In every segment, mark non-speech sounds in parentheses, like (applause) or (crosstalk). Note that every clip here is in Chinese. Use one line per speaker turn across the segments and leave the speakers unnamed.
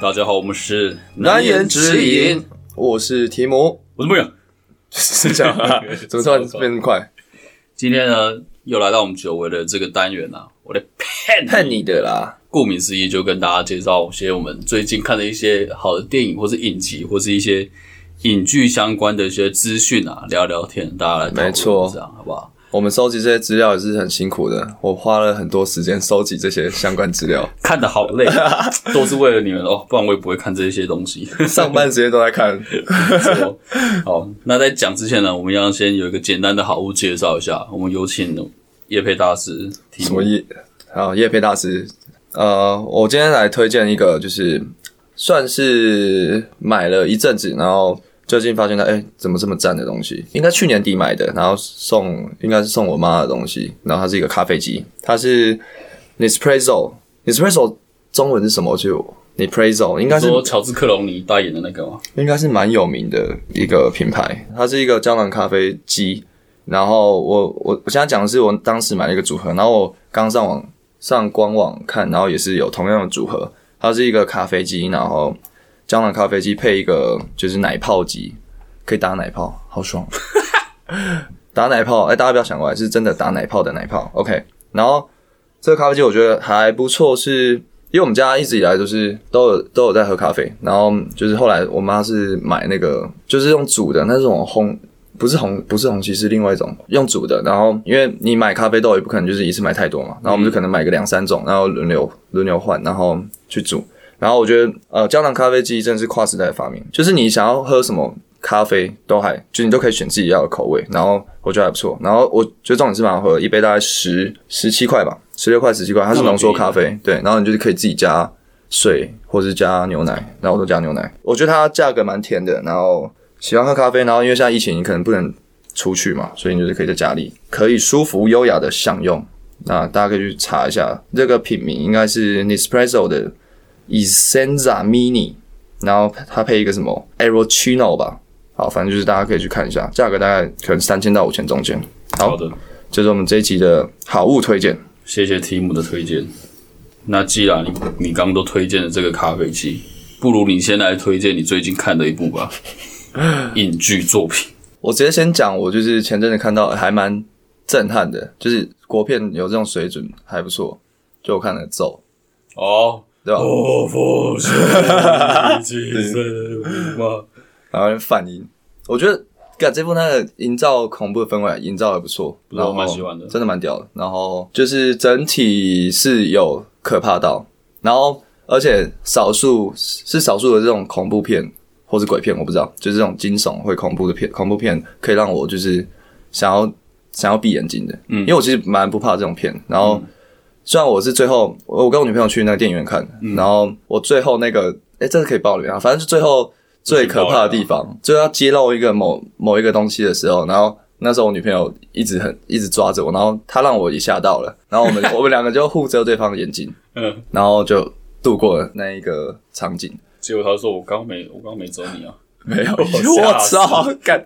大家好，我们是
难言之隐，，我是提 (laughs) 姆，
我是牧人。？
是这样 (laughs) 吗怎么突然变那么快？
今天呢，又来到我们久违的这个单元啊，我的 pen
(laughs) 看你的啦，
顾名思义，就跟大家介绍一些我们最近看的一些好的电影，或是影集，或是一些影剧相关的一些资讯啊，聊聊天，大家来讨论
没错
这样好不好？
我们收集这些资料也是很辛苦的，我花了很多时间收集这些相关资 (laughs) 料，
看的好累，都是为了你们哦，不然我也不会看这些东
(laughs)
西。
上班时间都在看。
错好，那在讲之前呢，我们要先有一个简单的好物介绍一下。我们有请叶佩大师提
什
问
么叶啊叶佩大师，呃，我今天来推荐一个，就是算是买了一阵子，然后最近发现它，哎、怎么这么赞的东西？应该去年底买的，然后送应该是送我妈的东西，然后它是一个咖啡机，它是 Nespresso，Nespresso 中文是什么？就 Nespresso 应该是
说乔治克隆尼代言的那个吗？
应该是蛮有名的一个品牌，它是一个胶囊咖啡机。然后我我我现在讲的是我当时买了一个组合，然后我刚上网上官网看，然后也是有同样的组合，它是一个咖啡机，然后胶囊咖啡机配一个就是奶泡机，可以打奶泡，好爽！ (laughs) 打奶泡，哎、大家不要想歪，是真的打奶泡的奶泡。OK，然后这个咖啡机我觉得还不错，是因为我们家一直以来都是都有都有在喝咖啡，然后就是后来我妈是买那个就是用煮的那种烘，不是红不是红旗是另外一种用煮的，然后因为你买咖啡豆也不可能就是一次买太多嘛，然后我们就可能买个两三种，然后轮流轮流换，然后去煮。然后我觉得呃胶囊咖啡机真的是跨时代的发明，就是你想要喝什么咖啡都还就你都可以选自己要的口味，然后我觉得还不错。然后我觉得这种是蛮好喝的，一杯大概十十七块吧，十六块十七块，它是浓缩咖啡，对，然后你就是可以自己加水或是加牛奶，然后我都加牛奶。我觉得它价格蛮甜的，然后喜欢喝咖啡，然后因为现在疫情你可能不能出去嘛，所以你就是可以在家里可以舒服优雅的享用。那大家可以去查一下，这个品名应该是 Nespresso 的 Essenza Mini，然后它配一个什么 Aerochino 吧，好，反正就是大家可以去看一下，价格大概可能三千到五千中间。好
好的，
这是我们这一集的好物推荐。
谢谢提姆的推荐。那既然你你刚刚都推荐了这个咖啡机，不如你先来推荐你最近看的一部吧，影剧作
(laughs)
品。
我直接先讲，我就是前阵子看到还蛮震撼的，就是国片有这种水准还不错，就我看了《咒
哦，》，
对吧？
我不是
(laughs)
已经吗？
然后反音，我觉得干这部那个营造恐怖的氛围营造的不错，
不错
然后
蛮喜欢的
真的蛮屌的。然后就是整体是有可怕到，然后而且少数是少数的这种恐怖片或是鬼片，我不知道，就是这种惊悚会恐怖的片，恐怖片可以让我就是想要想要闭眼睛的，嗯，因为我其实蛮不怕这种片，然后。虽然我是最后，我我跟我女朋友去那个电影院看，然后我最后那个，哎、这个可以爆雷啊，反正是最后最可怕的地方，就要揭露一个某某一个东西的时候，然后那时候我女朋友一直很一直抓着我，然后她让我也吓到了，然后我们我们两个就互遮对方的眼睛，
嗯，
然后就度过了那一个场景。
结果他说我刚没我刚没走你啊，
没
(laughs)
有，
吓
我
死
操，干！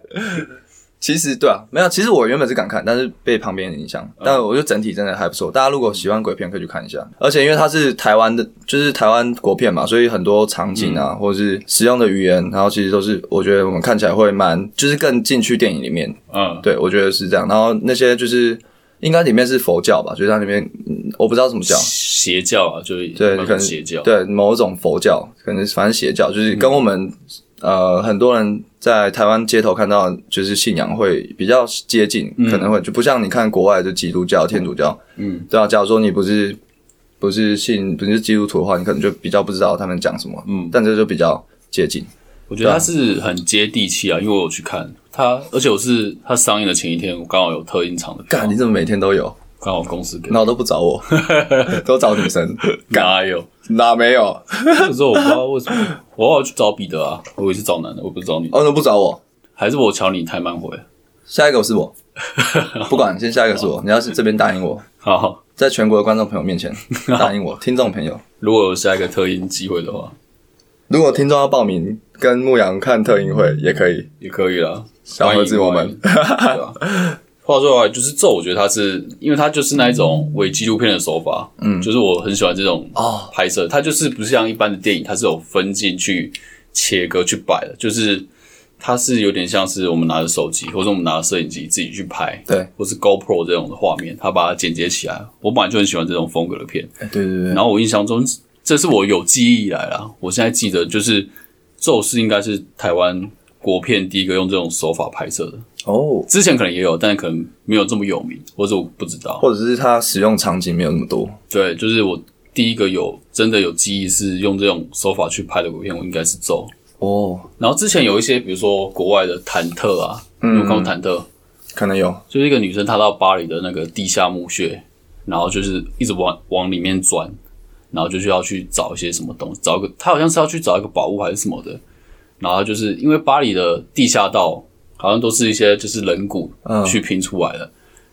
其实对啊，没有，其实我原本是敢看，但是被旁边影响，
嗯
但我觉得整体真的还不错。大家如果喜欢鬼片，可以去看一下。而且因为它是台湾的，就是台湾国片嘛，所以很多场景
嗯
啊，或者是使用的语言，然后其实都是我觉得我们看起来会蛮，就是更进去电影里面。
嗯，
对，我觉得是这样。然后那些就是应该里面是佛教吧，就是它里面、嗯我不知道什么教，
邪教啊，就是
对，
那种
可能
邪教，
对某种佛教，可能反正邪教，就是跟我们、呃很多人在台湾街头看到的就是信仰会比较接近，可能会就不像你看国外的基督教、天主教，
嗯，
对啊，假如说你不是不是信不是基督徒的话，你可能就比较不知道他们讲什么，
嗯，
但这就比较接近，
我
啊
觉得它是很接地气啊，因为我有去看它，而且我是它上映的前一天，我刚好有特映场的票
干，你怎么每天都有？
刚好公司给我，
哦那我都不找 (laughs) 我，都找女生，
哪有？
哪没有？
那时候我不知道为什么，我好像去找彼得啊，我也是找男的，我不是找女的，
哦，都不找我。
还是我瞧你太慢回。
下一个是我，不管，先下一个是我。你要是这边答应我，
好，
在全国的观众朋友
(laughs)
面前答应我，听众朋友，
如果有下一个特映机会的话，
如果听众要报名跟牧羊看特映会也可以，
也可以啦。
小盒子我
欢迎
们
对啊话说回来，就是这，我觉得它是因为它就是那一种伪纪录片的手法，嗯，就是我很喜欢这种
哦
拍摄，它就是不像一般的电影，它是有分镜去切割去摆的，就是它是有点像是我们拿着手机或者我们拿着摄影机自己去拍，
对，
或是 GoPro 这种的画面，它把它剪接起来。我本来就很喜欢这种风格的片，
哎对对对，
然后我印象中，这是我有记忆以来啦，我现在记得就是《宙斯》应该是台湾国片第一个用这种手法拍摄的，
哦，
之前可能也有，但可能没有这么有名，或者我不知道。
或者是它使用场景没有那么多，
对，就是我第一个有真的有记忆是用这种手法去拍的国片，我应该是《咒》。
哦，
然后之前有一些，比如说国外的《忐忑》啊，你有看过《忐忑》？
可能有，
就是一个女生，她到巴黎的那个地下墓穴，然后就是一直往往里面钻，然后就是要去找一些什么东西，找一个她好像是要去找一个宝物还是什么的，然后她就是因为巴黎的地下道好像都是一些就是人骨
嗯
去拼出来的，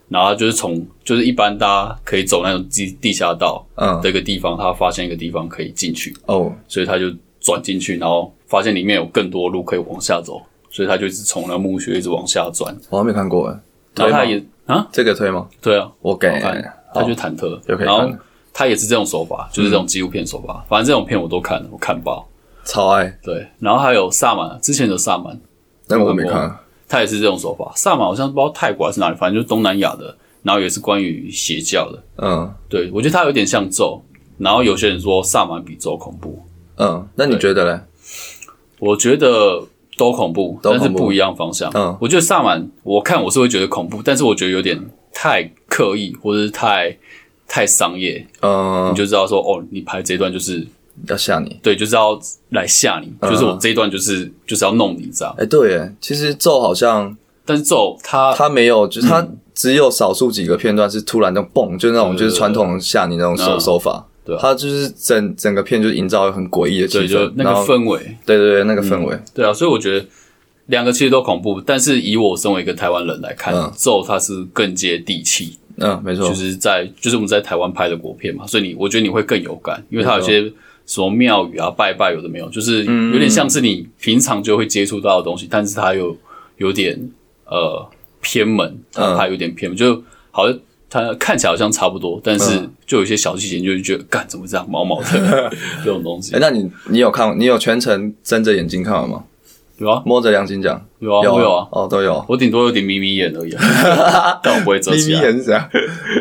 然后她就是从就是一般大家可以走那种地地下道
嗯
的一个地方，她发现一个地方可以进去，
哦，
所以她就转进去，然后发现里面有更多路可以往下走，所以她就一直从那墓穴一直往下钻，
我还没看过哎，
然后她
推吗哦
也啊
这个推吗？
对啊。
我给
好看，他就忐忑，
有可以看
然后他也是这种手法，就是这种纪录片手法。反正这种片我都看了，我看爆。
超爱，
对，然后还有萨满，之前的萨满，
但我没
我看
看，
他也是这种手法。萨满好像不知道泰国还是哪里，反正就是东南亚的，然后也是关于邪教的。
嗯
对我觉得他有点像咒，然后有些人说萨满比咒恐怖，
嗯，那你觉得嘞？
我觉得。都恐怖，
都恐
但
怖
是不一样方向。
嗯
我觉得萨满，我看我是会觉得恐怖，但是我觉得有点太刻意，或者是太太商业，
嗯
你，就知道说哦，你拍这一段就是
要吓你。
对，就是要来吓你，
嗯
就是我这一段就是就是要弄你这样。
哎，对耶，其实咒好像
但是咒他
它没有，
嗯
就是它只有少数几个片段是突然就蹦，就那种
对对
就是传统吓你那种手
嗯
手法。
对啊
它就是整整个片就是营造很诡异的
对
气
就
氛，
那
然
个
后
氛围，
对对对，那个氛围，
对啊，所以我觉得两个其实都恐怖，但是以我身为一个台湾人来看
嗯，
咒它是更接地气，
嗯，没错
就，是在就是我们在台湾拍的国片嘛，所以你我觉得你会更有感，因为它有
没错
些什么庙宇啊、拜拜有的没有，就是有点像是你平常就会接触到的东西，但是它又有点呃偏门，它
嗯
它有点偏门，就好像它看起来好像差不多，但是就有一些小细节，你就会觉得干怎么这样毛毛的 (laughs) 这种东西
哎，，那你你有看你有全程睁着眼睛看完吗？
有啊
摸着良心讲，
有啊
有
我有啊，，
哦，都有。
我顶多有点眯眯眼而已啊、 (laughs) 但我不会遮
眯
起
眯
来，
眼是怎样？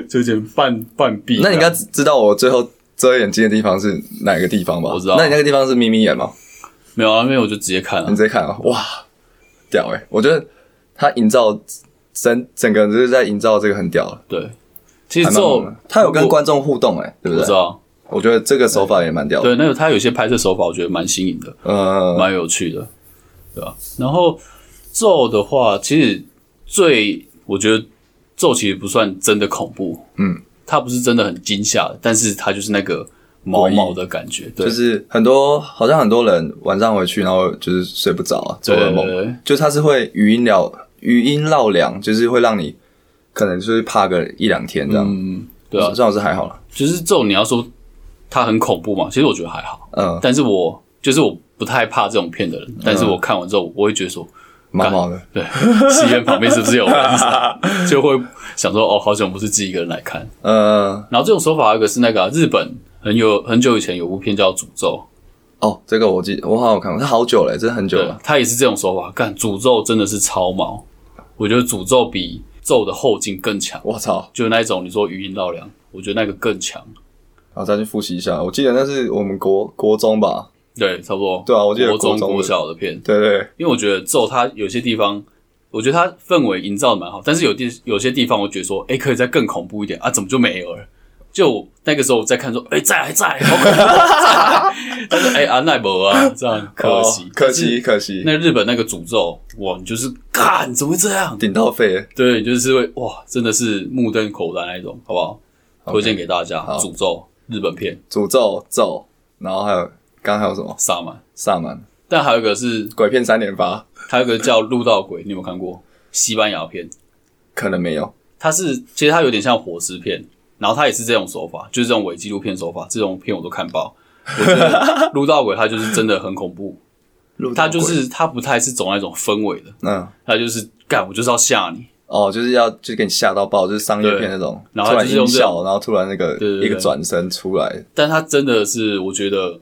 就有点半半闭。
(laughs) 那你应该知道我最后遮眼睛的地方是哪个地方吧？
我知道
那你那个地方是眯眯眼吗？
没有啊？没有我就直接看啊
你，直接看啊，哇，屌哎、我觉得他营造整整个就是在营造这个很屌了，
对。其
还
实
蛮
咒
猛的他有跟
我
观众互动哎、对不
我知
对？
道，
我觉得这个手法也蛮屌的，
对，那个他有些拍摄手法，我觉得蛮新颖的，
呃，
蛮有趣的，对吧、然后咒的话，其实最我觉得咒其实不算真的恐怖，
嗯，
它不是真的很惊吓，但是它就是那个毛毛的感觉，对，
就是很多好像很多人晚上回去然后就是睡不着啊，做
对
噩
对对对
梦，就他是会语音聊语音绕梁，就是会让你可能就是怕个一两天这样，
嗯，对啊，
算我是还好了，
就是咒你要说它很恐怖嘛，其实我觉得还好，
嗯，
但是我就是我不太怕这种片的人，但是我看完之后，我会觉得说，
毛毛的，
对，戏院旁边是不是有人
(laughs)
傻，就会想说，哦，好久不是自己一个人来看。
呃，
然后这种手法还有一个是那个啊、日本很有很久以前有部片叫《诅咒
哦，这个我记我好像有看过，它好久了、真的很》，久
对
了，，
它也是这种手法。干诅咒真的是超毛，我觉得诅咒比咒的后劲更强，
我操，
就那一种你说余音绕梁，我觉得那个更强。
然后再去复习一下，我记得那是我们国国中吧，
对，差不多。
对啊我记得
国中
国中的
国小的片，
对对，
因为我觉得咒它有些地方，我觉得它氛围营造的蛮好，但是有地有些地方我觉得说，哎、可以再更恐怖一点啊，怎么就没有了？就我那个时候我在看说，哎、再来再来，好恐怖，再来但是哎、阿奈博啊，这样可惜、
哦可惜，。可惜，
那日本那个诅咒，哇，你就是干，怎么会这样？
顶到肺了，
对，你就是会哇，真的是目瞪口呆那一种，好不好？推荐给大家
好
诅咒日本片
诅咒咒，然后还有刚刚还有什么
萨满，
萨满
但还有一个是，
鬼片三连发，
还有一个叫《路到鬼》，你有没有看过？西班牙片，
可能没有，
它是其实它有点像活尸片，然后它也是这种手法，就是这种伪纪录片手法，这种片我都看爆。我觉得《撸到鬼》它就是真的很恐怖，它就是它不太是走那种氛围的，
嗯
它就是干我就是要吓你，
哦，就是要就是给你吓到爆，就是商业
对
片那种，
然后
突然
就是用
音
这种
效，然后突然那个
对对对
一个转身出来，
但他真的是我觉得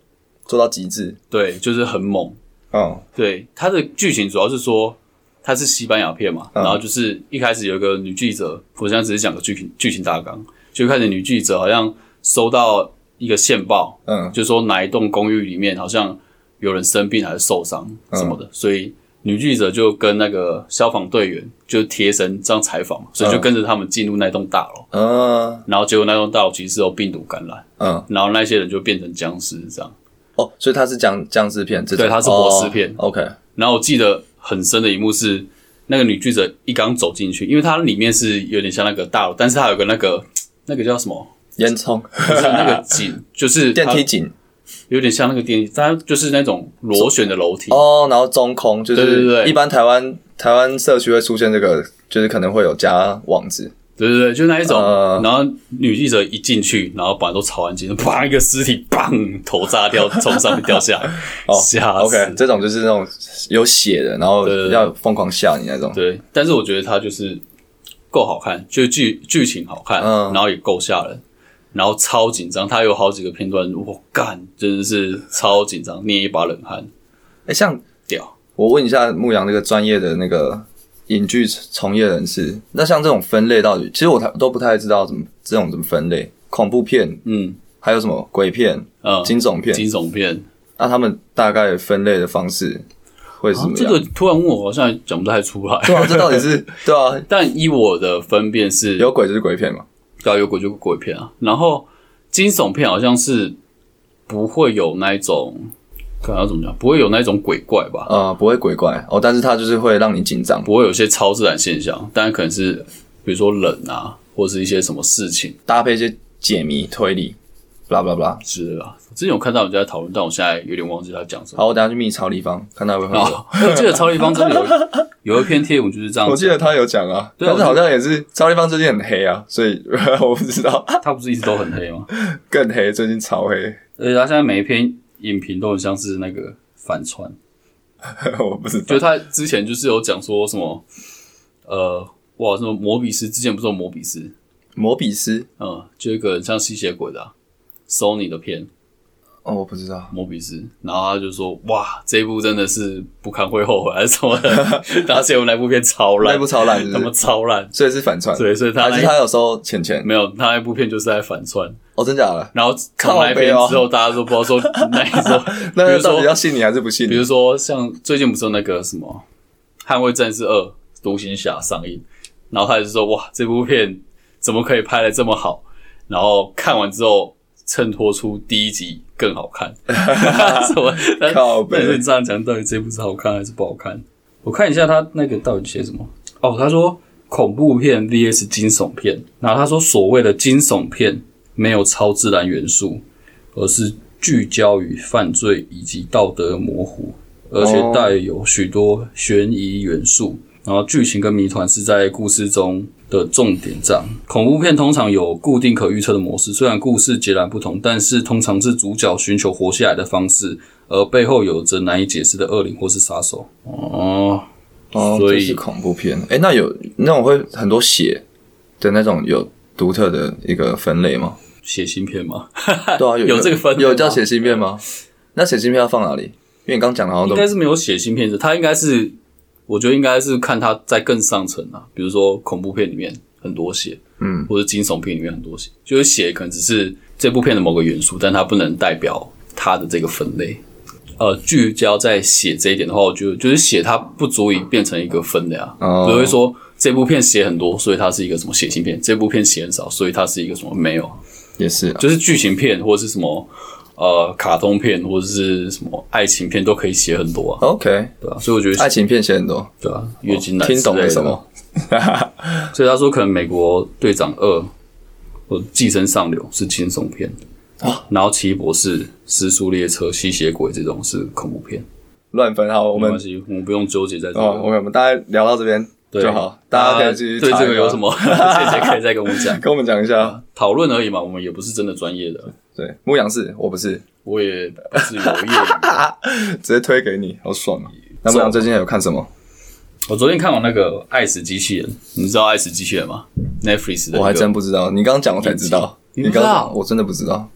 做到极致。
对，就是很猛。
嗯，
对，它的剧情主要是说它是西班牙片嘛，
嗯
然后就是一开始有一个女记者，我现在只是讲个剧情剧情大纲，就一开始女记者好像收到一个线报，
嗯，
就说哪一栋公寓里面好像有人生病还是受伤什么的，
嗯
所以女记者就跟那个消防队员就贴身这样采访嘛，所以就
嗯
跟着他们进入那栋大楼，
嗯，
然后结果那栋大楼其实是有病毒感染，
嗯，
然后那些人就变成僵尸这样。
哦，所以它是僵僵尸片，这种
对它是活尸片
哦 OK，
然后我记得很深的一幕是，那个女记者一刚走进去，因为它里面是有点像那个大楼，但是它有个那个那个叫什么？(laughs)
烟囱，
就是那个井，就是它
电梯井
有点像那个电梯，它就是那种螺旋的楼梯。
哦，然后中空，就
对对
是
对
一般台湾台湾社区会出现这个，就是可能会有加网子，
对对对，就那一种。
呃
然后女记者一进去，然后本来都吵安静，砰一个尸体，砰头炸掉，从上面掉下
(laughs)
来，吓死。
哦啊 OK，这种就是那种有血的，然后
对对对
要疯狂吓你那种。
对，但是我觉得它就是够好看，就剧剧情好看，
嗯
然后也够吓人，然后超紧张。它有好几个片段，我干，真的是超紧张，捏一把冷汗，
哎，像
屌。
我问一下牧羊这个专业的那个影剧从业人士，那像这种分类到底，其实我都不太知道怎么这种怎么分类，恐怖片
嗯
还有什么鬼片、
嗯，
惊悚片，
惊悚片。
那他们大概分类的方式会是
啊
怎么
这
样？
个突然问我，好像也讲不太出来。
对啊， (laughs) 这到底是对啊，
但依我的分辨是，
有鬼就是鬼片嘛。
对啊，有鬼就鬼片啊。然后惊悚片好像是不会有那一种，看要怎么讲，不会有那一种鬼怪吧？
呃，不会鬼怪哦，但是它就是会让你紧张。
不会有一些超自然现象，当然可能是比如说冷啊，或是一些什么事情
搭配一些解谜推理，blah blah blah。
之类的啊。之前有看到人家在讨论，但我现在有点忘记他讲什么。
好，我等下去密超立方，看他会不会
然
有。
后我记得超立方真的
(laughs)
有有一篇贴文就是这样
我
子，
记得他有讲啊，
对啊
但是好像也是超立方最近很黑啊，所以 (laughs) 我不知道
他不是一直都很黑吗？
更黑，最近超黑， (laughs)
而且他现在每一篇影评都很像是那个反串，
我不知
就
道
是。他之前就是有讲说什么，呃，哇，什么摩比斯之前不是有摩比斯，
摩比斯
嗯，就一个很像吸血鬼的、啊、Sony 的片，
哦，我不知道，
摩比斯，然后他就说：“哇，这一部真的是不看会后悔还是什么的。”
(laughs)
然后结果那部片超烂，
那部超烂是不
他
是
妈超烂。
所以是反串，
对，所以他
还
那
是他有收钱钱？
没有他那部片就是在反串，
哦，真假的？
然后从那
靠背
边
哦
之后，大家都不知道
(laughs)
说那一种，比
那
如
到底要
说
信你还是不信
比
你
如？说像最近不是有那个什么《捍卫战士二》《独行侠》上映，然后他就说：“哇，这部片怎么可以拍的这么好？”然后看完之后。衬托出第一集更好
(laughs)
看，什么？但
靠
但是
背
你，这样讲，到底这部是好看还是不好看？我看一下他那个到底写什么。哦，他说恐怖片 VS 惊悚片，然后他说所谓的惊悚片没有超自然元素，而是聚焦于犯罪以及道德模糊，而且
哦
带有许多悬疑元素。然后剧情跟谜团是在故事中的重点这样。恐怖片通常有固定可预测的模式，虽然故事截然不同，但是通常是主角寻求活下来的方式，而背后有着难以解释的恶灵或是杀手。哦，
哦，
所以
这是恐怖片。哎，那有那种会很多血的那种有独特的一个分类吗？
血腥片吗？
对啊，有
有这个分类
有
吗
叫血腥片吗？那血腥片要放哪里？因为你刚讲的好像
应
都
该是没有血腥片子，它应该是，我觉得应该是看它在更上层啊，比如说恐怖片里面很多血，
嗯，
或者惊悚片里面很多血，就是血可能只是这部片的某个元素，但它不能代表它的这个分类。呃，聚焦在血这一点的话，我觉得就是血它不足以变成一个分类啊，
哦
不会说这部片血很多，所以它是一个什么血腥片；这部片血很少，所以它是一个什么没有。
也是啊，
就是剧情片或者是什么呃卡通片或者是什么爱情片都可以写很多啊，
OK，
对啊，所以我觉得
爱情片写很多，
对啊，月经来
哎哦听懂
之类的
了什？么？
所以他说可能美国队长二或寄生上流是惊悚片
啊，
然后奇异博士、失速列车、吸血鬼这种是恐怖片，
乱分好，我
没
们
关系，我们不用纠结在这
哦
个。
，OK，我们大概聊到这边
对啊
就好，大家可以继续啊
对
查
这
一
个
下
有什么 (laughs) 嗯见解可以再跟我们讲，
跟我们讲一下。
讨论而已嘛，我们也不是真的专业的，
对，牧羊是我不是，
我也
(laughs)
不是有业余的。
直接推给你，好爽啊！那牧羊最近有看什么？
我昨天看完那个《爱死机器人》，你知道《爱死机器人》吗？Netflix 的、
我还真不知道，你刚刚讲我才知道，
你哎
你
不知
刚
道
我真的不知道，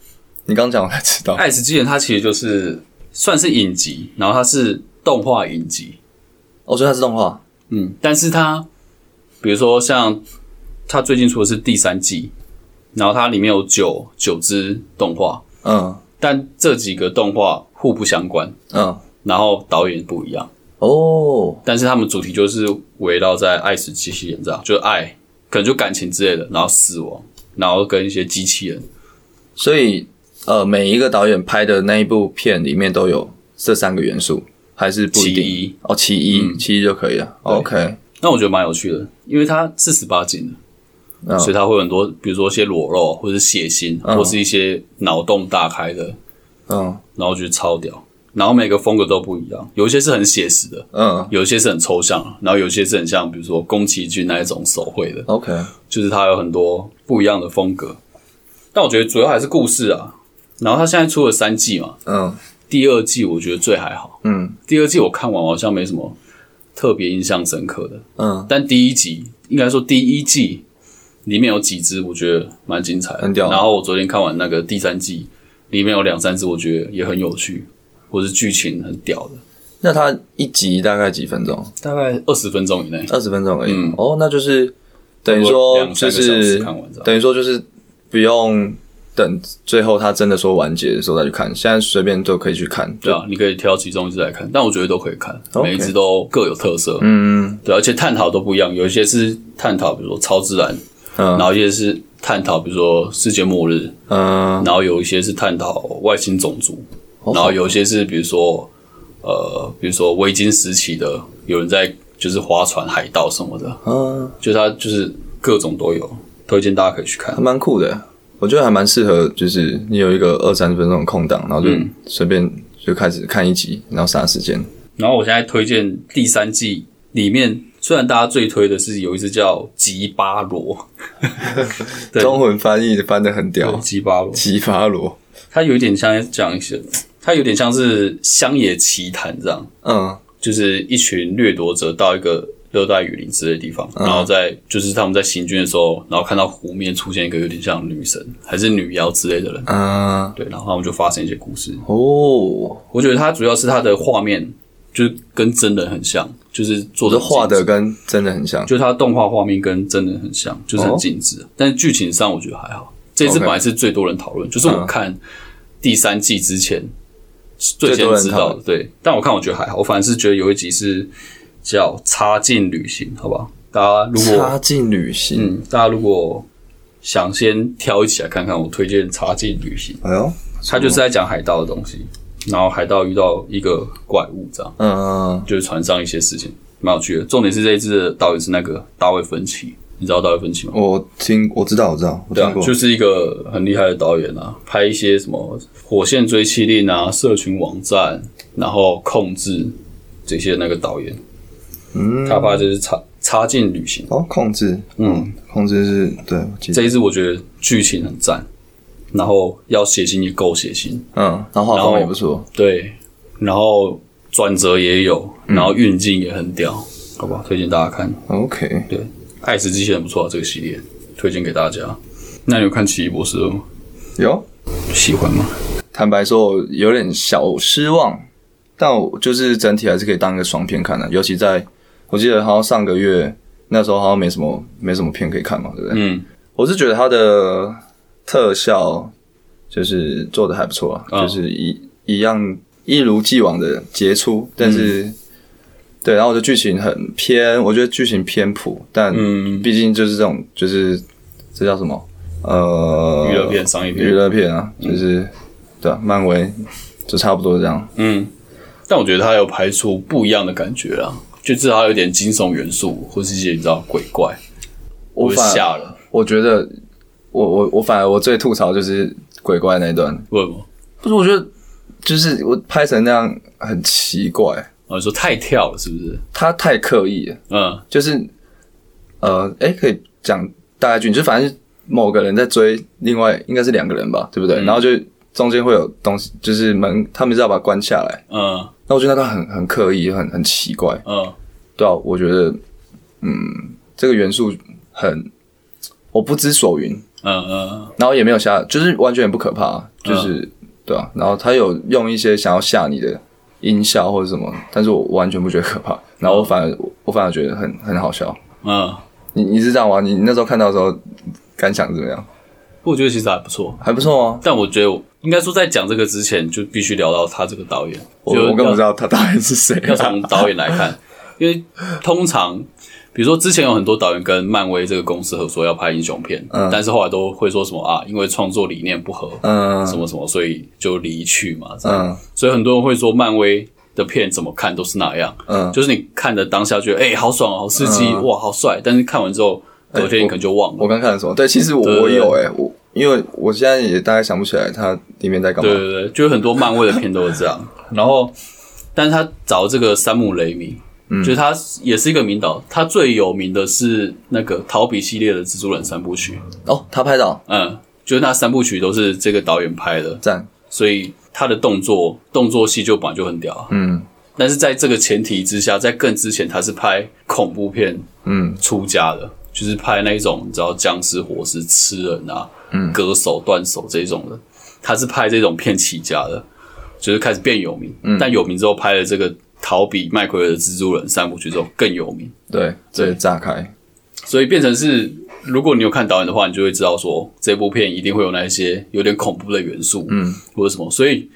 你刚刚讲我才知道
《爱死机器人》，它其实就是算是影集，然后它是动画影集，
哦，所以它是动画，
嗯，但是它比如说像它最近出的是第三季，然后它里面有九九支动画，
嗯
但这几个动画互不相关，
嗯，
然后导演不一样，
哦，
但是他们主题就是围绕在爱死机器人这样，就是爱，可能就感情之类的，然后死亡，然后跟一些机器人，
所以呃，每一个导演拍的那一部片里面都有这三个元素，还是不一
其一嗯
定哦，其一、其一就可以了。OK，
那我觉得蛮有趣的，因为它四十八禁的。
嗯
所以它会有很多，比如说一些裸露，或者是血腥，或是一些脑洞大开的，
嗯
然后我觉得超屌。然后每个风格都不一样，有一些是很写实的，
嗯
有一些是很抽象，然后有一些是很像，比如说宫崎骏那一种手绘的，
，OK，
就是它有很多不一样的风格。但我觉得主要还是故事啊。然后它现在出了三季嘛，
嗯
第二季我觉得最还好。
嗯
第二季我看完我好像没什么特别印象深刻的，
嗯，
但第一集应该说第一季里面有几支我觉得蛮精彩的，
很屌啊
然后我昨天看完那个第三季，里面有两三支我觉得也很有趣，或是剧情很屌的，
那它一集大概几分钟？
大概二十分钟以内，
二十分钟而已。
嗯
哦，那就是等于说
两
就
三个小时
是
看完这样。
等于说就是不用等最后他真的说完结的时候再去看，现在随便都可以去看。
对啊，你可以挑其中一支来看，但我觉得都可以看，
OK
每一支都各有特色，
嗯
对，而且探讨都不一样，有一些是探讨比如说超自然，然
嗯
后一些是探讨比如说世界末日，
嗯，
然后有一些是探讨外星种族，
哦
然后有一些是比如说呃，比如说维京时期的，有人在就是划船、海盗什么的，
嗯。
就它就是各种都有，推荐大家可以去看
还。蛮酷的，我觉得还蛮适合，就是你有一个二三十分钟的空档，然后就
嗯
随便就开始看一集，然后杀时间。
然后我现在推荐第三季里面，虽然大家最推的是有一只叫吉巴罗，对
中文翻译翻的很屌，
吉巴罗，
吉发罗，
它有一点像在讲一些，它有点像是乡野奇谈这样。
嗯
就是一群掠夺者到一个热带雨林之类的地方，
嗯
然后在就是他们在行军的时候，然后看到湖面出现一个有点像女神还是女妖之类的人，
嗯，
对，然后他们就发生一些故事。
哦，
我觉得它主要是它的画面就是跟真人很像，就是做
我
的
这画的，跟真的很像，
就是它动画画面跟真人很像，就是很精致。但是剧情上我觉得还好，这次
哦 OK 嗯
本来是最多人讨论，就是我看第三季之前是最
最
先
多人
知
讨
道的
论，
对。但我看我觉得还好，我反而是觉得有一集是叫《插进旅行》，好不好？大家如
插
果
进旅行，
嗯，大家如果想先挑一起来看看，我推荐《插进旅行》，
哎呦，
它就是在讲海盗的东西，然后海盗遇到一个怪物，这样
嗯，
就是船上一些事情，蛮有趣的。重点是这一次的导演是那个大卫芬奇，你知道大卫芬奇吗？
我听我知道我知道我
对
哦听
啊，
过，
就是一个很厉害的导演啊，拍一些什么《火线追妻令》啊、社群网站，然后控制这些那个导演，
嗯，
他拍就是插插进旅行。
哦，控制，
嗯，
控制是对，我记得
这，一次我觉得剧情很赞，然后要写心也够写心，
嗯，然后画
然后
风也不错，
对，然后转折也有，
嗯
然后运镜也很屌，好吧，推荐大家看。
，OK，
对，《爱死机器人》不错、啊，这个系列推荐给大家。那你有看《奇异博士二》吗？
有。
喜欢吗？
坦白说，我有点小失望，但我就是整体还是可以当一个爽片看的、尤其在我记得好像上个月那时候好像没什么没什么片可以看嘛，对不对？
嗯，
我是觉得它的特效就是做的还不错、啊，
嗯
就是一一样一如既往的杰出，但是、
嗯
对，然后我的剧情很偏，我觉得剧情偏普，但
嗯
毕竟就是这种就是这叫什么呃
娱乐片、嗯商业片
娱。乐片啊，就是、对啊，漫威就差不多这样。
嗯，但我觉得它有排出不一样的感觉啦，就至少有点惊悚元素，或是一些你知道鬼怪，
我
是
反
吓了。
我觉得我我我反而我最吐槽就是鬼怪那一段，
为什么？
不是我觉得就是我拍成那样很奇怪，
啊，你说太跳了是不是？
他太刻意了，
嗯
就是呃，哎、可以讲大概剧情，就反正是某个人在追另外应该是两个人吧，对不对？然后就中间会有东西，就是门他们是要把它关下来，
嗯
那我觉得那段很很刻意，很很奇怪。
嗯，
对啊，我觉得，嗯，这个元素很我不知所云，
嗯嗯
然后也没有吓，就是完全也不可怕，就是、对啊。然后他有用一些想要吓你的音效或者什么，但是我完全不觉得可怕，然后我反而我反而觉得很很好笑。
嗯，
你你是这样吗？你你那时候看到的时候感想怎么样？
不过我觉得其实还不错。
还不错啊。
但我觉得我应该说，在讲这个之前，就必须聊到他这个导演。
我
就
我根本
要
不知道他到底是
(laughs)
谁、
要
啊
从。导演来看， (laughs) 因为通常，比如说之前有很多导演跟漫威这个公司合作要拍英雄片，但是后来都会说什么啊，因为创作理念不合，
嗯
什么什么，所以就离去嘛。这样
嗯
所以很多人会说漫威的片怎么看都是那样，
嗯，
就是你看的当下觉得哎、好爽哦，好刺激，哇好帅，但是看完之后隔天你可能就忘了。
哎我刚看了什么？对，其实我
对对
我有哎、我因为我现在也大概想不起来他里面在干嘛
对。对对，就是很多漫威的片都是这样。然后，但是他找这个山姆雷米，就是他也是一个名导，他最有名的是那个逃避系列的蜘蛛人三部曲，
哦，他拍到
嗯，就是那三部曲都是这个导演拍的，
赞，
所以他的动作动作戏就本来就很屌。啊
嗯
但是在这个前提之下，在更之前他是拍恐怖片
嗯
出家的，就是拍那种你知道僵尸、活尸、吃人啊，
嗯
割手、断手这种的，他是拍这种片起家的，就是开始变有名。
嗯
但有名之后拍了这个逃比麦奎尔的蜘蛛人三部曲之后更有名，
对，这炸开，
所以变成是，如果你有看导演的话，你就会知道说这部片一定会有那一些有点恐怖的元素，嗯，或者什么。所以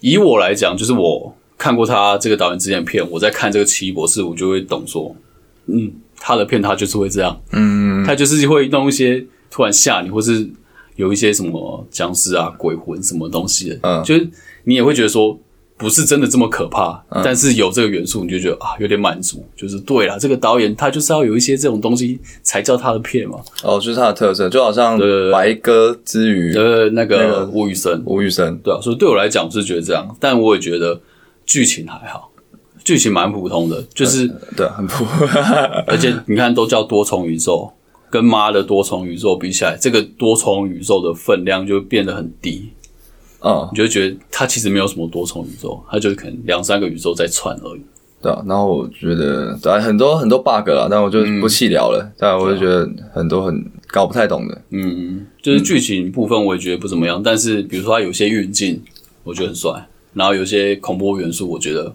以我来讲，就是我看过他这个导演之前的片，我在看这个《奇异博士》，我就会懂说，嗯，他的片他就是会这样，
嗯
他就是会弄一些突然吓你，或是有一些什么僵尸啊、鬼魂什么东西的，
嗯
就是你也会觉得说不是真的这么可怕，但是有这个元素你就觉得啊有点满足，就是对啦，这个导演他就是要有一些这种东西才叫他的片嘛。
哦，就是他的特色，就好像
对对对
白鸽之鱼
呃，那
那
个
个
吴宇森，
吴宇森，
对啊，所以对我来讲我是觉得这样，但我也觉得剧情还好，剧情蛮普通的，就是。
对，很不，
而且你看，都叫多重宇宙，跟妈的多重宇宙比起来，这个多重宇宙的分量就变得很低。
嗯，
你就会觉得它其实没有什么多重宇宙，它就是可能两三个宇宙在串而已。
对啊。然后我觉得，对啊很多很多 bug 啦，但我就不细聊了。但我就觉得很多很搞不太懂的，
嗯，就是剧情部分我也觉得不怎么样，但是比如说它有些运镜，我觉得很帅，然后有些恐怖元素我觉得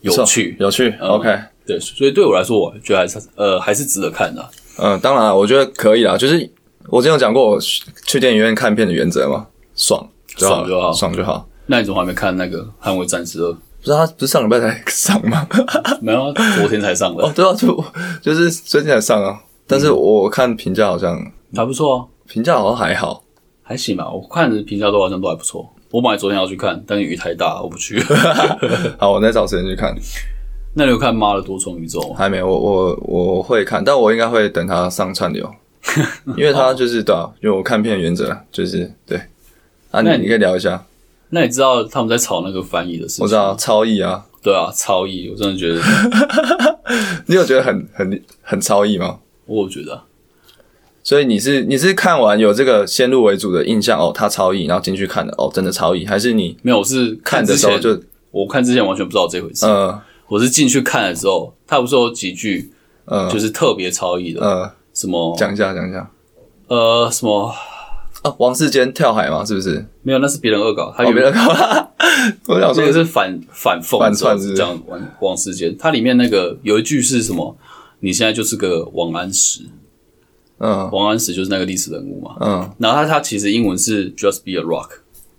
有趣。
有趣。OK，
对，所以对我来说，我觉得还是呃还是值得看的啊、
嗯，当然啊我觉得可以啦，就是我之前有讲过我去去电影院看片的原则嘛，爽就好
爽就好
爽就好。
那你怎么还没看那个《捍卫战士二》？
不是他啊不是上礼拜才 (laughs) 上吗？
没有啊，昨天才上的，
哦，对啊， (laughs) 就就是最近才上啊。但是我看评价好像
还不错啊。
评价好像还好，
还行吧，我看评价都好像都还不错。我本来昨天要去看，但是雨太大，我不
(laughs)
去。
好，我再找时间去看。
那你有看《妈的多重宇宙》吗？
还没，我我我会看，但我应该会等它上串
(laughs)
流，因为它就是对、啊，因为我看片的原则就是对。啊，
那
你
你
你可以聊一下，
那你知道他们在吵那个翻译的事情？
我知道超意啊，
对啊，超译，我真的觉得，
你有觉得很很很超意吗？
我觉得啊
所以你是你是看完有这个先入为主的印象哦，它超意，然后进去看的哦，真的超意，还是你
没有，我是
看
看
的
之
时候
前
就
我看之前完全不知道这回事，
呃
我是进去看的时候，他不是有几句
呃
就是特别超译的，
呃，
什么
讲一下讲一下
呃什么
啊，王世坚跳海嘛，是不是？
没有，那是别人恶搞，他
哦，
原
别
本
人， (laughs) 我想
这个
说
是反反讽，
反
知道
串是不是
这样王王世坚，它里面那个有一句是什么？你现在就是个王安石，
嗯
王安石就是那个历史人物嘛。
嗯
然后他他其实英文是 just be a rock，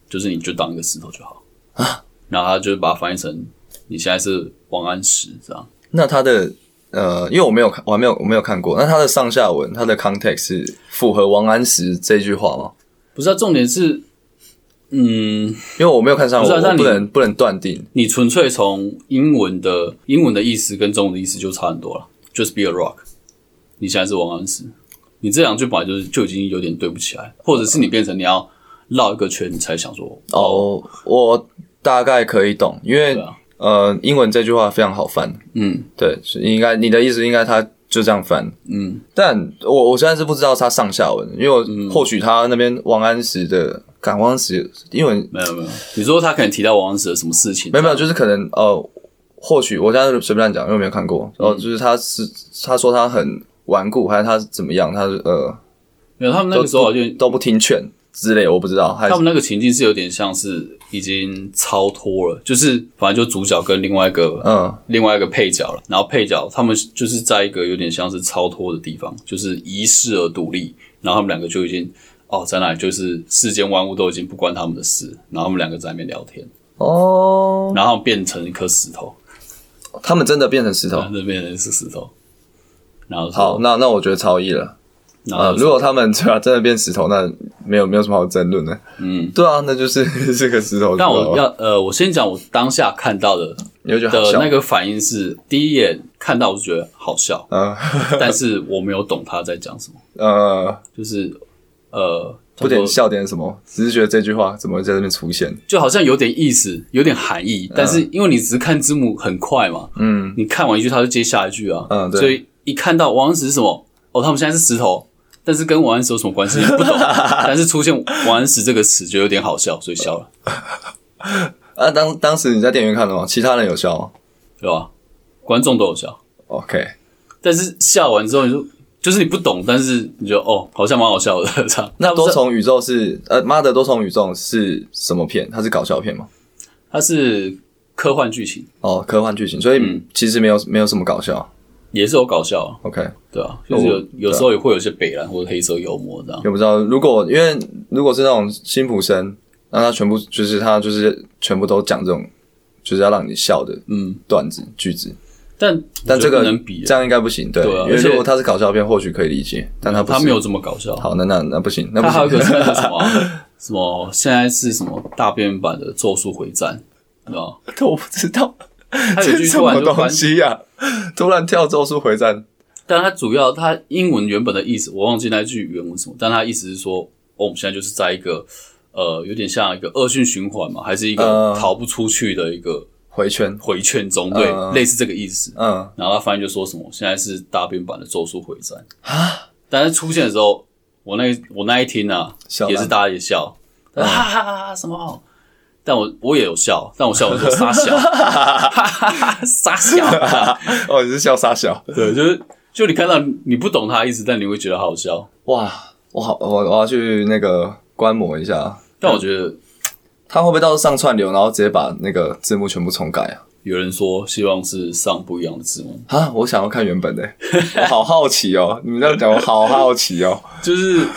就是你就当一个石头就好
啊
然后他就把它翻译成你现在是王安石这样。
那它的呃，因为我没有看，我还没有我没有看过。那它的上下文，它的 context 是符合王安石这句话吗？
不是啊，重点是，嗯，
因为我没有看上
不是啊
文，
那
我
你
不能不能断定。
你纯粹从英文的英文的意思跟中文的意思就差很多了。just be a rock，你现在是王安石，你这两句本来就是就已经有点对不起来，或者是你变成你要绕一个圈，你才想说哦，
哦，我大概可以懂，因为、
对啊
呃，英文这句话非常好翻。
嗯
对，是应该你的意思应该它就这样翻。
嗯，
但我我现在是不知道它上下文，因为我或许他那边王安石的感王安石英文
没有没有，你说他可能提到王安石的什么事情？
没有没有，就是可能呃，或许我现在随便乱讲，因为我没有看
嗯
过。然后就是他是他说他很顽固，还是他怎么样？他是呃
没有，他们那个时候好像
都不听劝之类，我不知道。还是
他们那个情境是有点像是已经超脱了，就是反正就主角跟另外一个
嗯
另外一个配角了，然后配角他们就是在一个有点像是超脱的地方，就是遗世而独立，然后他们两个就已经哦在那里就是世间万物都已经不关他们的事，然后他们两个在那边聊天，
哦，
然后他们变成一颗石头，
他们真的变成石头
然。后就变成是石头，然后
好，，那那我觉得超意了。
然
呃
后，
如果他们对啊真的变石头，那没有没有什么好争论的。
嗯，
对啊，那就是 (laughs) 是个石头。
但我要呃我先讲我当下看到的
你会觉得好
的
笑
那个反应是，第一眼看到我就觉得好笑，
嗯 (laughs)
但是我没有懂他在讲什么，
呃，
就是呃，
不点
他说
笑点是什么，只是觉得这句话怎么会在这边出现？
就好像有点意思，有点含义，但是因为你只是看字幕很快嘛，
嗯，
你看完一句他就接下一句啊，
嗯对
所以一看到王安石是什么，哦，他们现在是石头。但是跟王安石有什么关系？不
(laughs)
懂。但是出现王安石这个词就有点好笑，所以笑了，
啊，当当时你在电影院看的吗？其他人有笑吗
对吧？观众都有笑，
？OK，
但是笑完之后你就就是你不懂，但是你就哦，好像蛮好笑的 (laughs) 这样。
那
不
多
是
重宇宙是呃，妈的，多重宇宙是什么片？它是搞笑片吗？
它是科幻剧情，
哦，科幻剧情，所以
嗯
其实没有没有什么搞笑。
也是有搞笑啊，
OK，
对啊，就是
哦
有有时候也会有一些北蓝或者黑色幽默这样。
也不知道，如果因为如果是那种辛普森，那他全部就是他就是全部都讲这种就是要让你笑的
嗯，
段子句子，
但
但
嗯我觉
这
得
个
不能比啊，
这样应该不行，对，
对啊
因为
而且
如果他是搞笑片，或许可以理解，但啊他不是
他没有这么搞笑。
好，那那那不行，那不
他还有一
行，
个是那个什么 (laughs) 啊什么，现在是什么大变版的《咒术回战》，你知道吗？
(laughs) 我不知道
他有
这
一
是
句
什
突然
么
就翻
东，西呀、突然跳咒术回战，
但他主要他英文原本的意思我忘记那句原文是什么，但他意思是说，哦，我们现在就是在一个呃有点像一个恶性循环嘛，还是一个
呃
逃不出去的一个
回圈，
回圈中，对，
嗯
类似这个意思。
嗯，
然后他翻译就说什么现在是大变版的《咒术回战》啊，但是出现的时候，我那我那一听啊，
笑
也是
烂
大家也笑，哈哈哈哈哈什么？但我我也有笑，但我笑我 (laughs) 就傻笑，傻笑，
(laughs) 哦，你是笑傻笑，
对，就是就你看到你不懂他意思，但你会觉得好笑。
哇，我好，我我要去那个观摩一下，
但我觉得
他会不会到时候上串流，然后直接把那个字幕全部重改啊？
有人说希望是上不一样的字幕，
啊，我想要看原本的、 (laughs) 我好好奇哦。你们这样讲，我好好奇哦。
(laughs) 就是，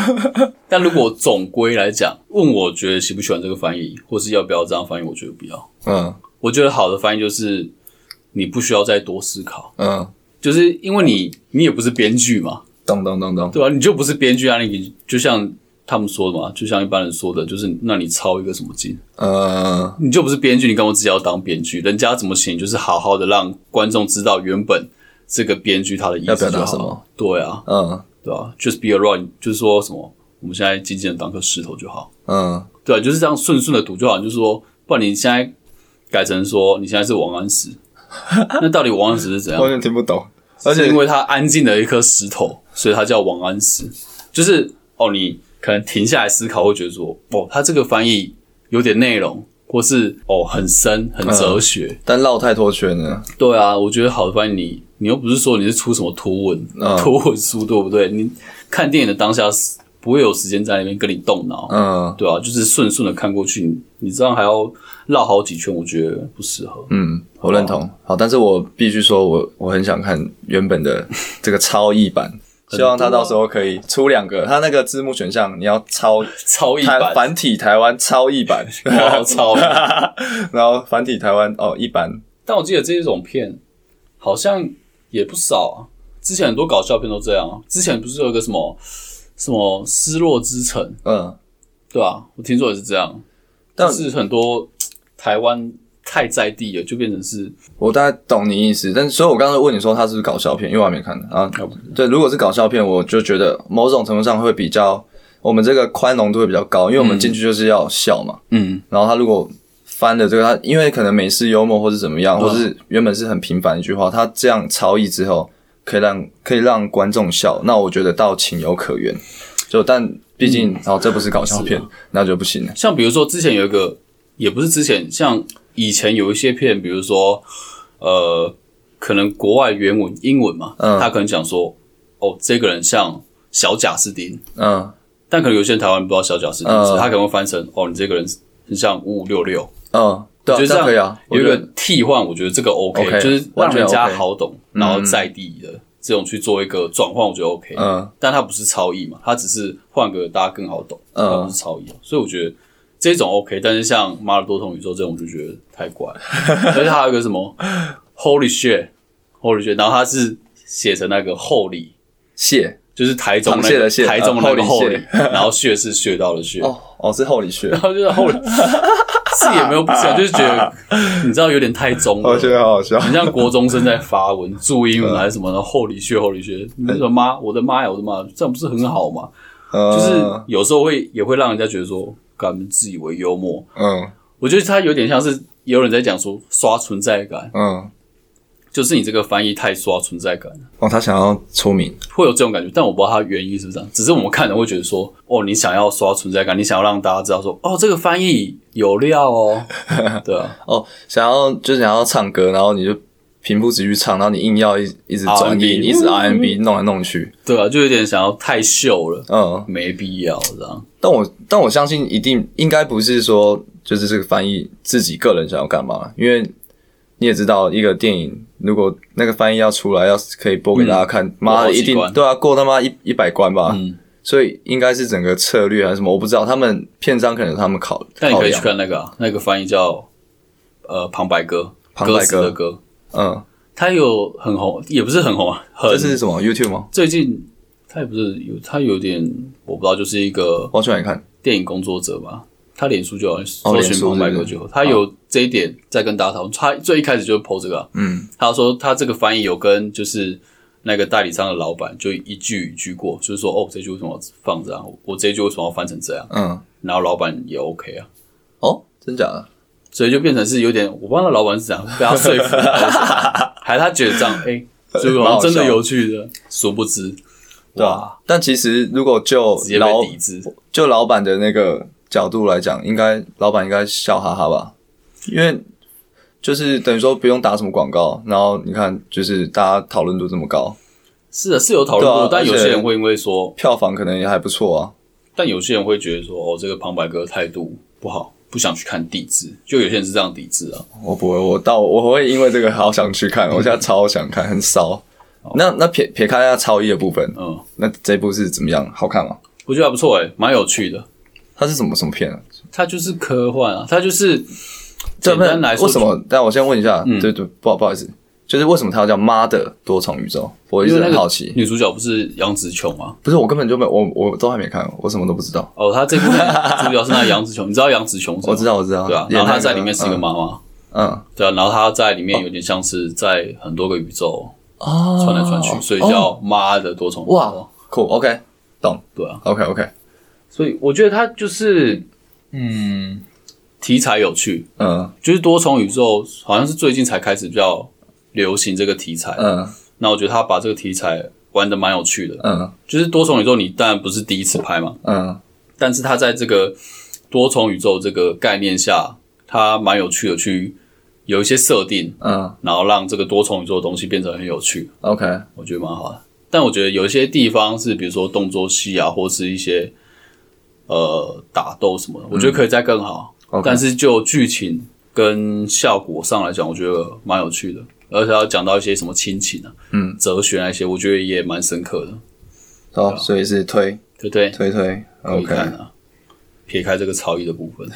但如果总归来讲，问我觉得喜不喜欢这个翻译，或是要不要这样翻译，我觉得不要。
嗯
我觉得好的翻译就是你不需要再多思考，
嗯，
就是因为你你也不是编剧嘛，
咚咚咚咚，
对吧、你就不是编剧啊，你就像他们说的嘛，就像一般人说的，就是那你抄一个什么经，
呃，
你就不是编剧，你干嘛自己要当编剧？人家怎么写，你就是好好的让观众知道原本这个编剧他的意
要
思
表
就
达
好。
什么？
对啊，
嗯
对啊，just be a rock，就是说什么，我们现在静静的当颗石头就好。
嗯
对、啊，就是这样顺顺的读就好。就是说，不然你现在改成说你现在是王安
(laughs)
石，那到底王安石是怎样
完？全听不懂。而
是
且
因为它安静的一颗石头，所以它叫王安石。就是哦，你可能停下来思考，会觉得说，哦，它这个翻译有点内容，或是哦很深很哲学。
但绕太多圈了。
对啊，我觉得好的翻译，你你又不是说你是出什么图文、
嗯
(laughs) 图文书，对不对？你看电影的当下是不会有时间在那边跟你动脑，
嗯
对啊，就是顺顺的看过去，你你这样还要绕好几圈，我觉得不适合。
嗯，我认同。好，但是我必须说我，我很想看原本的 (laughs) 这个超译版。希望他到时候可以出两个，他那个字幕选项你要超
超一
台
版，
繁体台湾超
(laughs)
译版，
我好超一版
然后繁体台湾哦一版，
但我记得这种片好像也不少啊，之前很多搞笑片都这样啊。之前不是有一个什么什么失落之城，
嗯，
对吧、我听说也是这样，
但
是很多台湾太在地了，就变成是
我大概懂你意思，但是所以我刚才问你说它是不是搞笑片，因为我还没看啊
啊不。
对，如果是搞笑片，我就觉得某种程度上会比较我们这个宽容度会比较高，因为我们进去就是要笑嘛。
嗯，
然后他如果翻的这个，他因为可能美式幽默或是怎么
嗯
样，或是原本是很平凡的一句话，他这样超译之后，可以让可以让观众笑，那我觉得倒情有可原。就但毕竟、
嗯
哦，这不是搞笑片，
啊
那就不行了。
像比如说之前有一个，也不是之前，像以前有一些片，比如说呃，可能国外原文英文嘛，
嗯
他可能讲说，哦，这个人像小贾斯汀，
嗯
但可能有些人台湾人不知道小贾斯汀是，
嗯
他可能会翻成，哦，你这个人很像五五六六，
嗯，对、啊，
就
这
这
样
样
可以啊。
有
有
一
一
个
个
替换，我觉得这个 OK，,
OK，
就是
完
让
全
人家
OK 嗯
好懂，然后在地的、这种去做一个转换，我觉得 OK。
嗯
但它不是超译嘛，它只是换个大家更好懂，
嗯
它不是超译啊，所以我觉得这种 OK。但是像马尔多同宇宙这种，我就觉得太怪了。 (laughs) 而且还有一个什么 Holy shit，Holy shit，然后它是写成那个厚礼，
蟹
就是台中那
螃蟹
个
的蟹
台中那个
呃
厚
厚礼
礼
蟹，
然后血是穴道的血，
哦哦是厚礼蟹，
然后就是后是也没有不想，就是觉得你知道有点太中了，
我觉得 (laughs) 嗯好好 (laughs) 笑。
很像国中生在发文注英文还是什么的，厚礼学厚礼学，你说妈，我的妈呀，我的妈，这样不是很好吗？
就
就是有时候会也会让人家觉得说，干自以为幽默，
嗯
我觉得他有点像是有人在讲说刷存在感，
嗯，
就是你这个翻译太刷存在感了，
哦，他想要出名，
会有这种感觉，但我不知道它原因是不是这样，只是我们看了会觉得说，哦，你想要刷存在感，你想要让大家知道说，哦，这个翻译有料
(laughs)
哦，对啊。
哦，想要就想要唱歌，然后你就平铺直叙唱，然后你硬要一一直转
R&B
音，一直 RMB 弄来弄去，
对啊，就有点想要太秀了，
嗯，
没必要这样。
但我但我相信一定应该不是说就是这个翻译自己个人想要干嘛，因为你也知道一个电影如果那个翻译要出来，要是可以播给大家看，
嗯
妈
过好
的
几
一定
关
对啊，过他妈一一百关吧，
嗯
所以应该是整个策略还是什么，我不知道，他们片商可能有他们考
但你
考
可以去
量，
看那个、啊，那个翻译叫呃旁白歌，
旁
歌
白
词
歌
的歌，
嗯，
他有很红，也不是很红啊，很
这是什么 YouTube 吗？
最近他也不是有他有点我不知道，就是一个
我去哪里看？
电影工作者吧。他脸书就有
哦
搜
脸
寻
书
旁白歌
是哦
就
不
有，
是
他有这一点在跟大家讨论。他最一开始就 PO 这个啊、
嗯
他说他这个翻译有跟就是那个代理商的老板就一句一句过，就是说哦这句为什么要放这样，我这一句为什么要翻成这样，
嗯，
然后老板也 OK 啊，
哦，真假的？
所以就变成是有点我忘了老板是怎样被他说服，还是他觉得这样哎，就、
蛮好笑
真的有趣的，殊不知
对啊，但其实如果就
直接
老
被抵制，
就老板的那个角度来讲，应该老板应该笑哈哈吧，因为就是等于说不用打什么广告，然后你看就是大家讨论度这么高，
是的是有讨论过，
对啊
但有
而且
些人会因为说，
票房可能也还不错啊。
但有些人会觉得说哦这个旁白哥态度不好，不想去看地质，就有些人是这样抵制啊。
我不会，我到我会因为这个好想去看，我现在超想看，很骚。那那撇撇开那超一的部分，
嗯，
那这部是怎么样？好看吗？
我觉得还不错诶、蛮有趣的。
它是什么什么片啊？
它就是科幻啊，它就是
这
简单来说，嗯
为什？么？但我先问一下，对对，不好不好意思，就是为什么它要叫《妈的多重宇宙》？我一
因
直
为那
很
个
好奇。
女主角不是杨紫琼吗？
不是，我根本就没有，我我都还没看，我什么都不知道。
哦，她这
(laughs)
部片主角是那个杨紫琼，你知道杨紫琼是吗？
我知道，我知道。
对啊。
演
然后她
那
在里面是一个
嗯
妈妈，
嗯
对啊。然后她在里面有点像是在很多个宇宙
哦，
穿来穿去，所以
哦
叫妈的多重宇宙
哇，酷，OK，懂，
对啊。
，OK OK，
所以我觉得它就是嗯，题材有趣，
嗯
就是多重宇宙好像是最近才开始比较流行这个题材。
嗯
那我觉得他把这个题材玩的蛮有趣的，
嗯
就是多重宇宙，你当然不是第一次拍嘛，
嗯
但是它在这个多重宇宙这个概念下，它蛮有趣的，去有一些设定，
嗯
然后让这个多重宇宙的东西变成很有趣，
，OK，
我觉得蛮好的。但我觉得有一些地方是，比如说动作戏啊，或是一些呃打斗什么的，我觉得可以再更好。
嗯 OK
但是就剧情跟效果上来讲，我觉得蛮有趣的，而且要讲到一些什么亲情啊、
嗯，
哲学那些，我觉得也蛮深刻的，
好，所以是推
对不对？
推推
啊可以
，OK，
看啊，撇开这个超意的部分，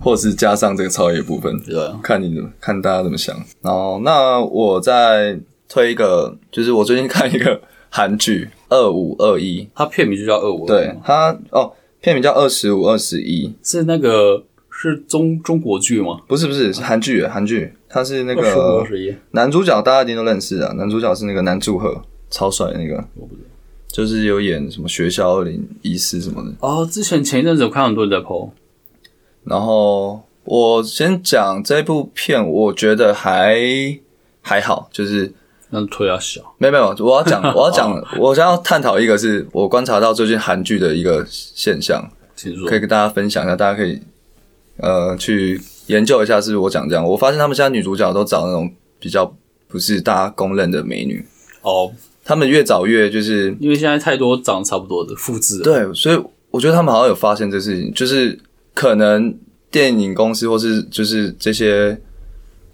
或是加上这个超越部分，
对啊吧、
看你怎么看大家怎么想。然后，那我再推一个，就是我最近看一个 (laughs) 韩剧《二五二一》，
它片名就叫《二五二一》
对
嘛，
它哦，片名叫《二十五二十一》，
是那个是中中国剧吗？
不是不是是韩剧，韩剧，它是那
二十五、二
个
十一，
男主角，大家一定都认识啊，男主角是那个南柱赫，超帅的那个，
我不知道。
就是有演什么学校二零一四什么的。
哦，之前前一阵子我看很多人在 PO，
然后我先讲这部片，我觉得还还好，就是
那推要小，
没有没有，我
(laughs)
要讲，我要讲，我想要探讨一个是我观察到最近韩剧的一个现象，
请说
可以。跟大家分享一下，大家可以呃去研究一下，是不是我讲这样？我发现他们现在女主角都找那种比较不是大家公认的美女，
哦，
他们越找越就是
因为现在太多长得差不多的复制了，
对，所以我觉得他们好像有发现这事情，就是可能电影公司或是就是这些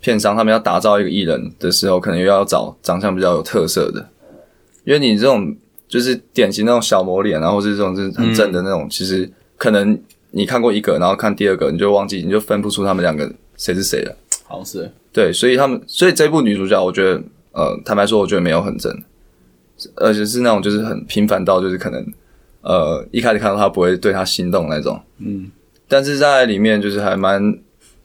片商，他们要打造一个艺人的时候，可能又要找长相比较有特色的，因为你这种就是典型那种小模脸啊，或是这种就是很正的那种，其实可能你看过一个，然后看第二个，你就忘记，你就分不出他们两个谁是谁了。
好像是
对，所以他们，所以这部女主角，我觉得，呃，坦白说，我觉得没有很正，而且是那种就是很平凡到就是可能，呃，一开始看到她不会对她心动那种，
嗯，
但是在里面就是还蛮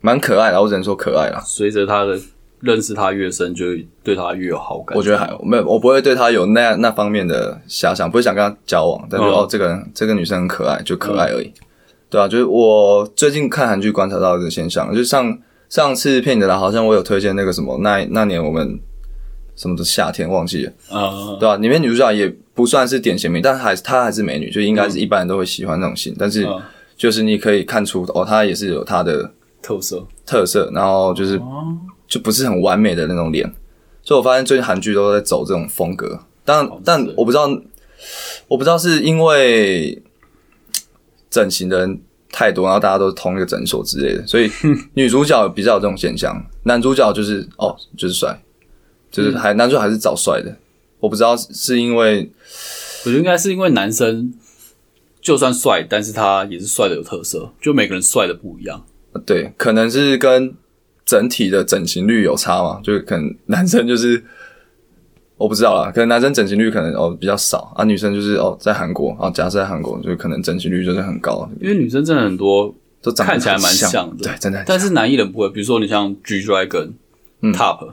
蛮可爱的，我只能说可爱啦。
随着他的认识他越深，就对他越有好感。
我觉得还没有，我不会对她有那那方面的遐想，不会想跟她交往。但是、
嗯
哦，这个人这个女生很可爱，就可爱而已。对啊，就是我最近看韩剧观察到的现象，就是上上次骗你的啦，好像我有推荐那个什么那那年我们什么的夏天忘记了。
呃，
对啊，里面女主角也不算是典型美，但还是她还是美女，就应该是一般人都会喜欢那种型。但是
嗯
就是你可以看出哦，她也是有她的
特色
特色，然后就是
哦，
就不是很完美的那种脸。所以我发现最近韩剧都在走这种风格，但
哦
但
是
我不知道，我不知道是因为整形的人太多，然后大家都是同一个诊所之类的，所以女主角比较有这种
(laughs)
现象，男主角就是哦就是帅，就是
嗯
还、男主角还是找帅的。我不知道是是因为
我觉得应该是因为男生就算帅，但是他也是帅的有特色，就每个人帅的不一样。
对，可能是跟整体的整形率有差嘛，就是可能男生就是我不知道啦，可能男生整形率可能哦比较少啊，女生就是哦在韩国啊，假设在韩国就可能整形率就是很高，
因为女生真的很多，
都长得
看起来
很
蛮
像
像的
对，真的很像。
但是男艺人不会。比如说你像 G Dragon、
嗯
Top，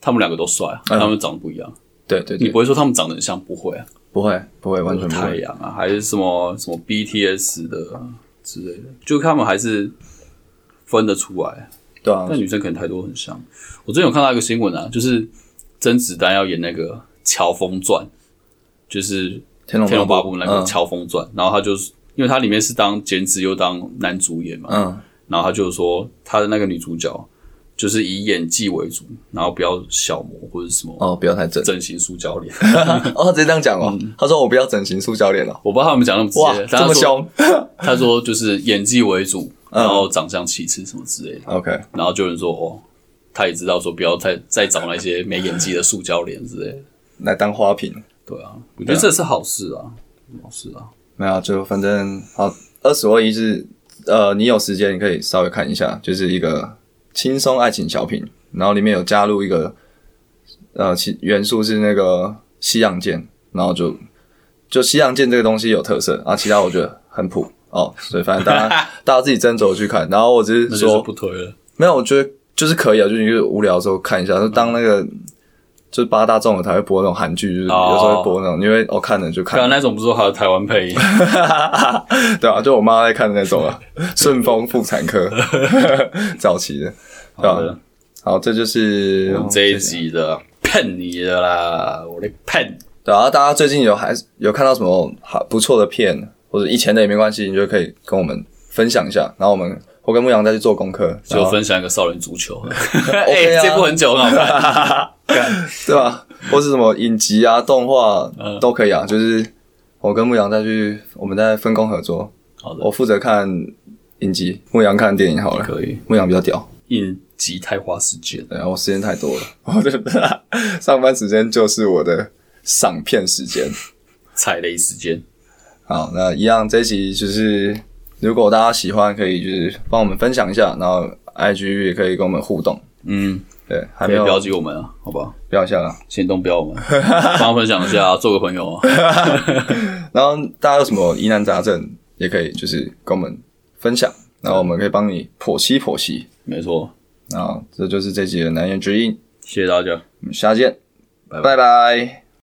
他们两个都帅啊，他们长得不一样。
对对
你
对，
不会说他们长得很像，不会啊。
不会不会完全
嗯
不
太
会，
阳啊，还是什么什么 BTS 的啊之类的，就他们还是分得出来。
对啊
但，女生可能太多很像。我最近有看到一个新闻啊，就是甄子丹要演那个《乔峰传》，就是《
天龙
天龙八部》那个《
嗯
乔峰传》，然后他就是因为他里面是当剪纸又当男主演嘛，
嗯，
然后他就说他的那个女主角就是以演技为主，然后不要小模或者什么
哦不要太整，
整嗯形塑胶脸。
(laughs) 哦直接这样讲哦，他说我不要整形塑胶脸了，
我不知道他们讲那么直
哇
接，
这么
但他说
凶
他说就是演技为主，
嗯
然后长相其次什么之类的。
，OK，
然后就有人说哦，他也知道说不要再再找那些没演技的塑胶脸之类的。
来当花瓶。
对啊，我觉得这是好事啊，好事啊。
没有，就反正好，二十或一是呃，你有时间你可以稍微看一下，就是一个轻松爱情小品，然后里面有加入一个呃其元素是那个西洋剑，然后就就西洋剑这个东西有特色啊，其他我觉得很普哦，所以反正
(laughs)
大家大家自己斟酌去看，然后我只
那
是
就是
说
不推了，
没有，我觉得就是可以啊，就是你就是无聊的时候看一下，就当那个。就是八大综合台会播那种韩剧，就是有时
哦
候会播那种因为我、哦、看了就看
刚，刚那种不是说还有台湾配音，
啊 (laughs) 对啊，就我妈在看的那种啊， (laughs) 顺丰妇产科 (laughs) 早期的。对
好
啊
的，
好，这就是
我们哦这一集的骗你的啦，我的骗。
对啊，大家最近有还是有看到什么好不错的片，或者以前的也没关系，你就可以跟我们分享一下，然后我们我跟牧羊再去做功课，然
就
后
分享一个少年足球， (laughs) 哎、
OK 啊
这部很久很好
(laughs)
看，
对吧、或是什么影集啊、动画
嗯
都可以啊，就是我跟牧羊再去，我们再分工合作，
好的，
我负责看影集，牧羊看电影好了，
可以
牧羊比较屌。
应急太花时间。
对啊，我时间太多了， (laughs) 我真的上班时间就是我的赏片时间。
踩雷时间，
好，那一样这一集就是，如果大家喜欢，可以就是帮我们分享一下，然后 IG 也可以跟我们互动。
嗯，
对，还
可
没
以
有
标记我们啊，好不好？
标一下了。
先动标我们，帮他分享一下、做个朋友啊。
然后大家有什么疑难杂症，也可以就是跟我们分享，然后我们可以帮你剖析剖析。
没错，
啊，这就是这集的难言之隐，
谢谢大家。
我们下见，
拜
拜拜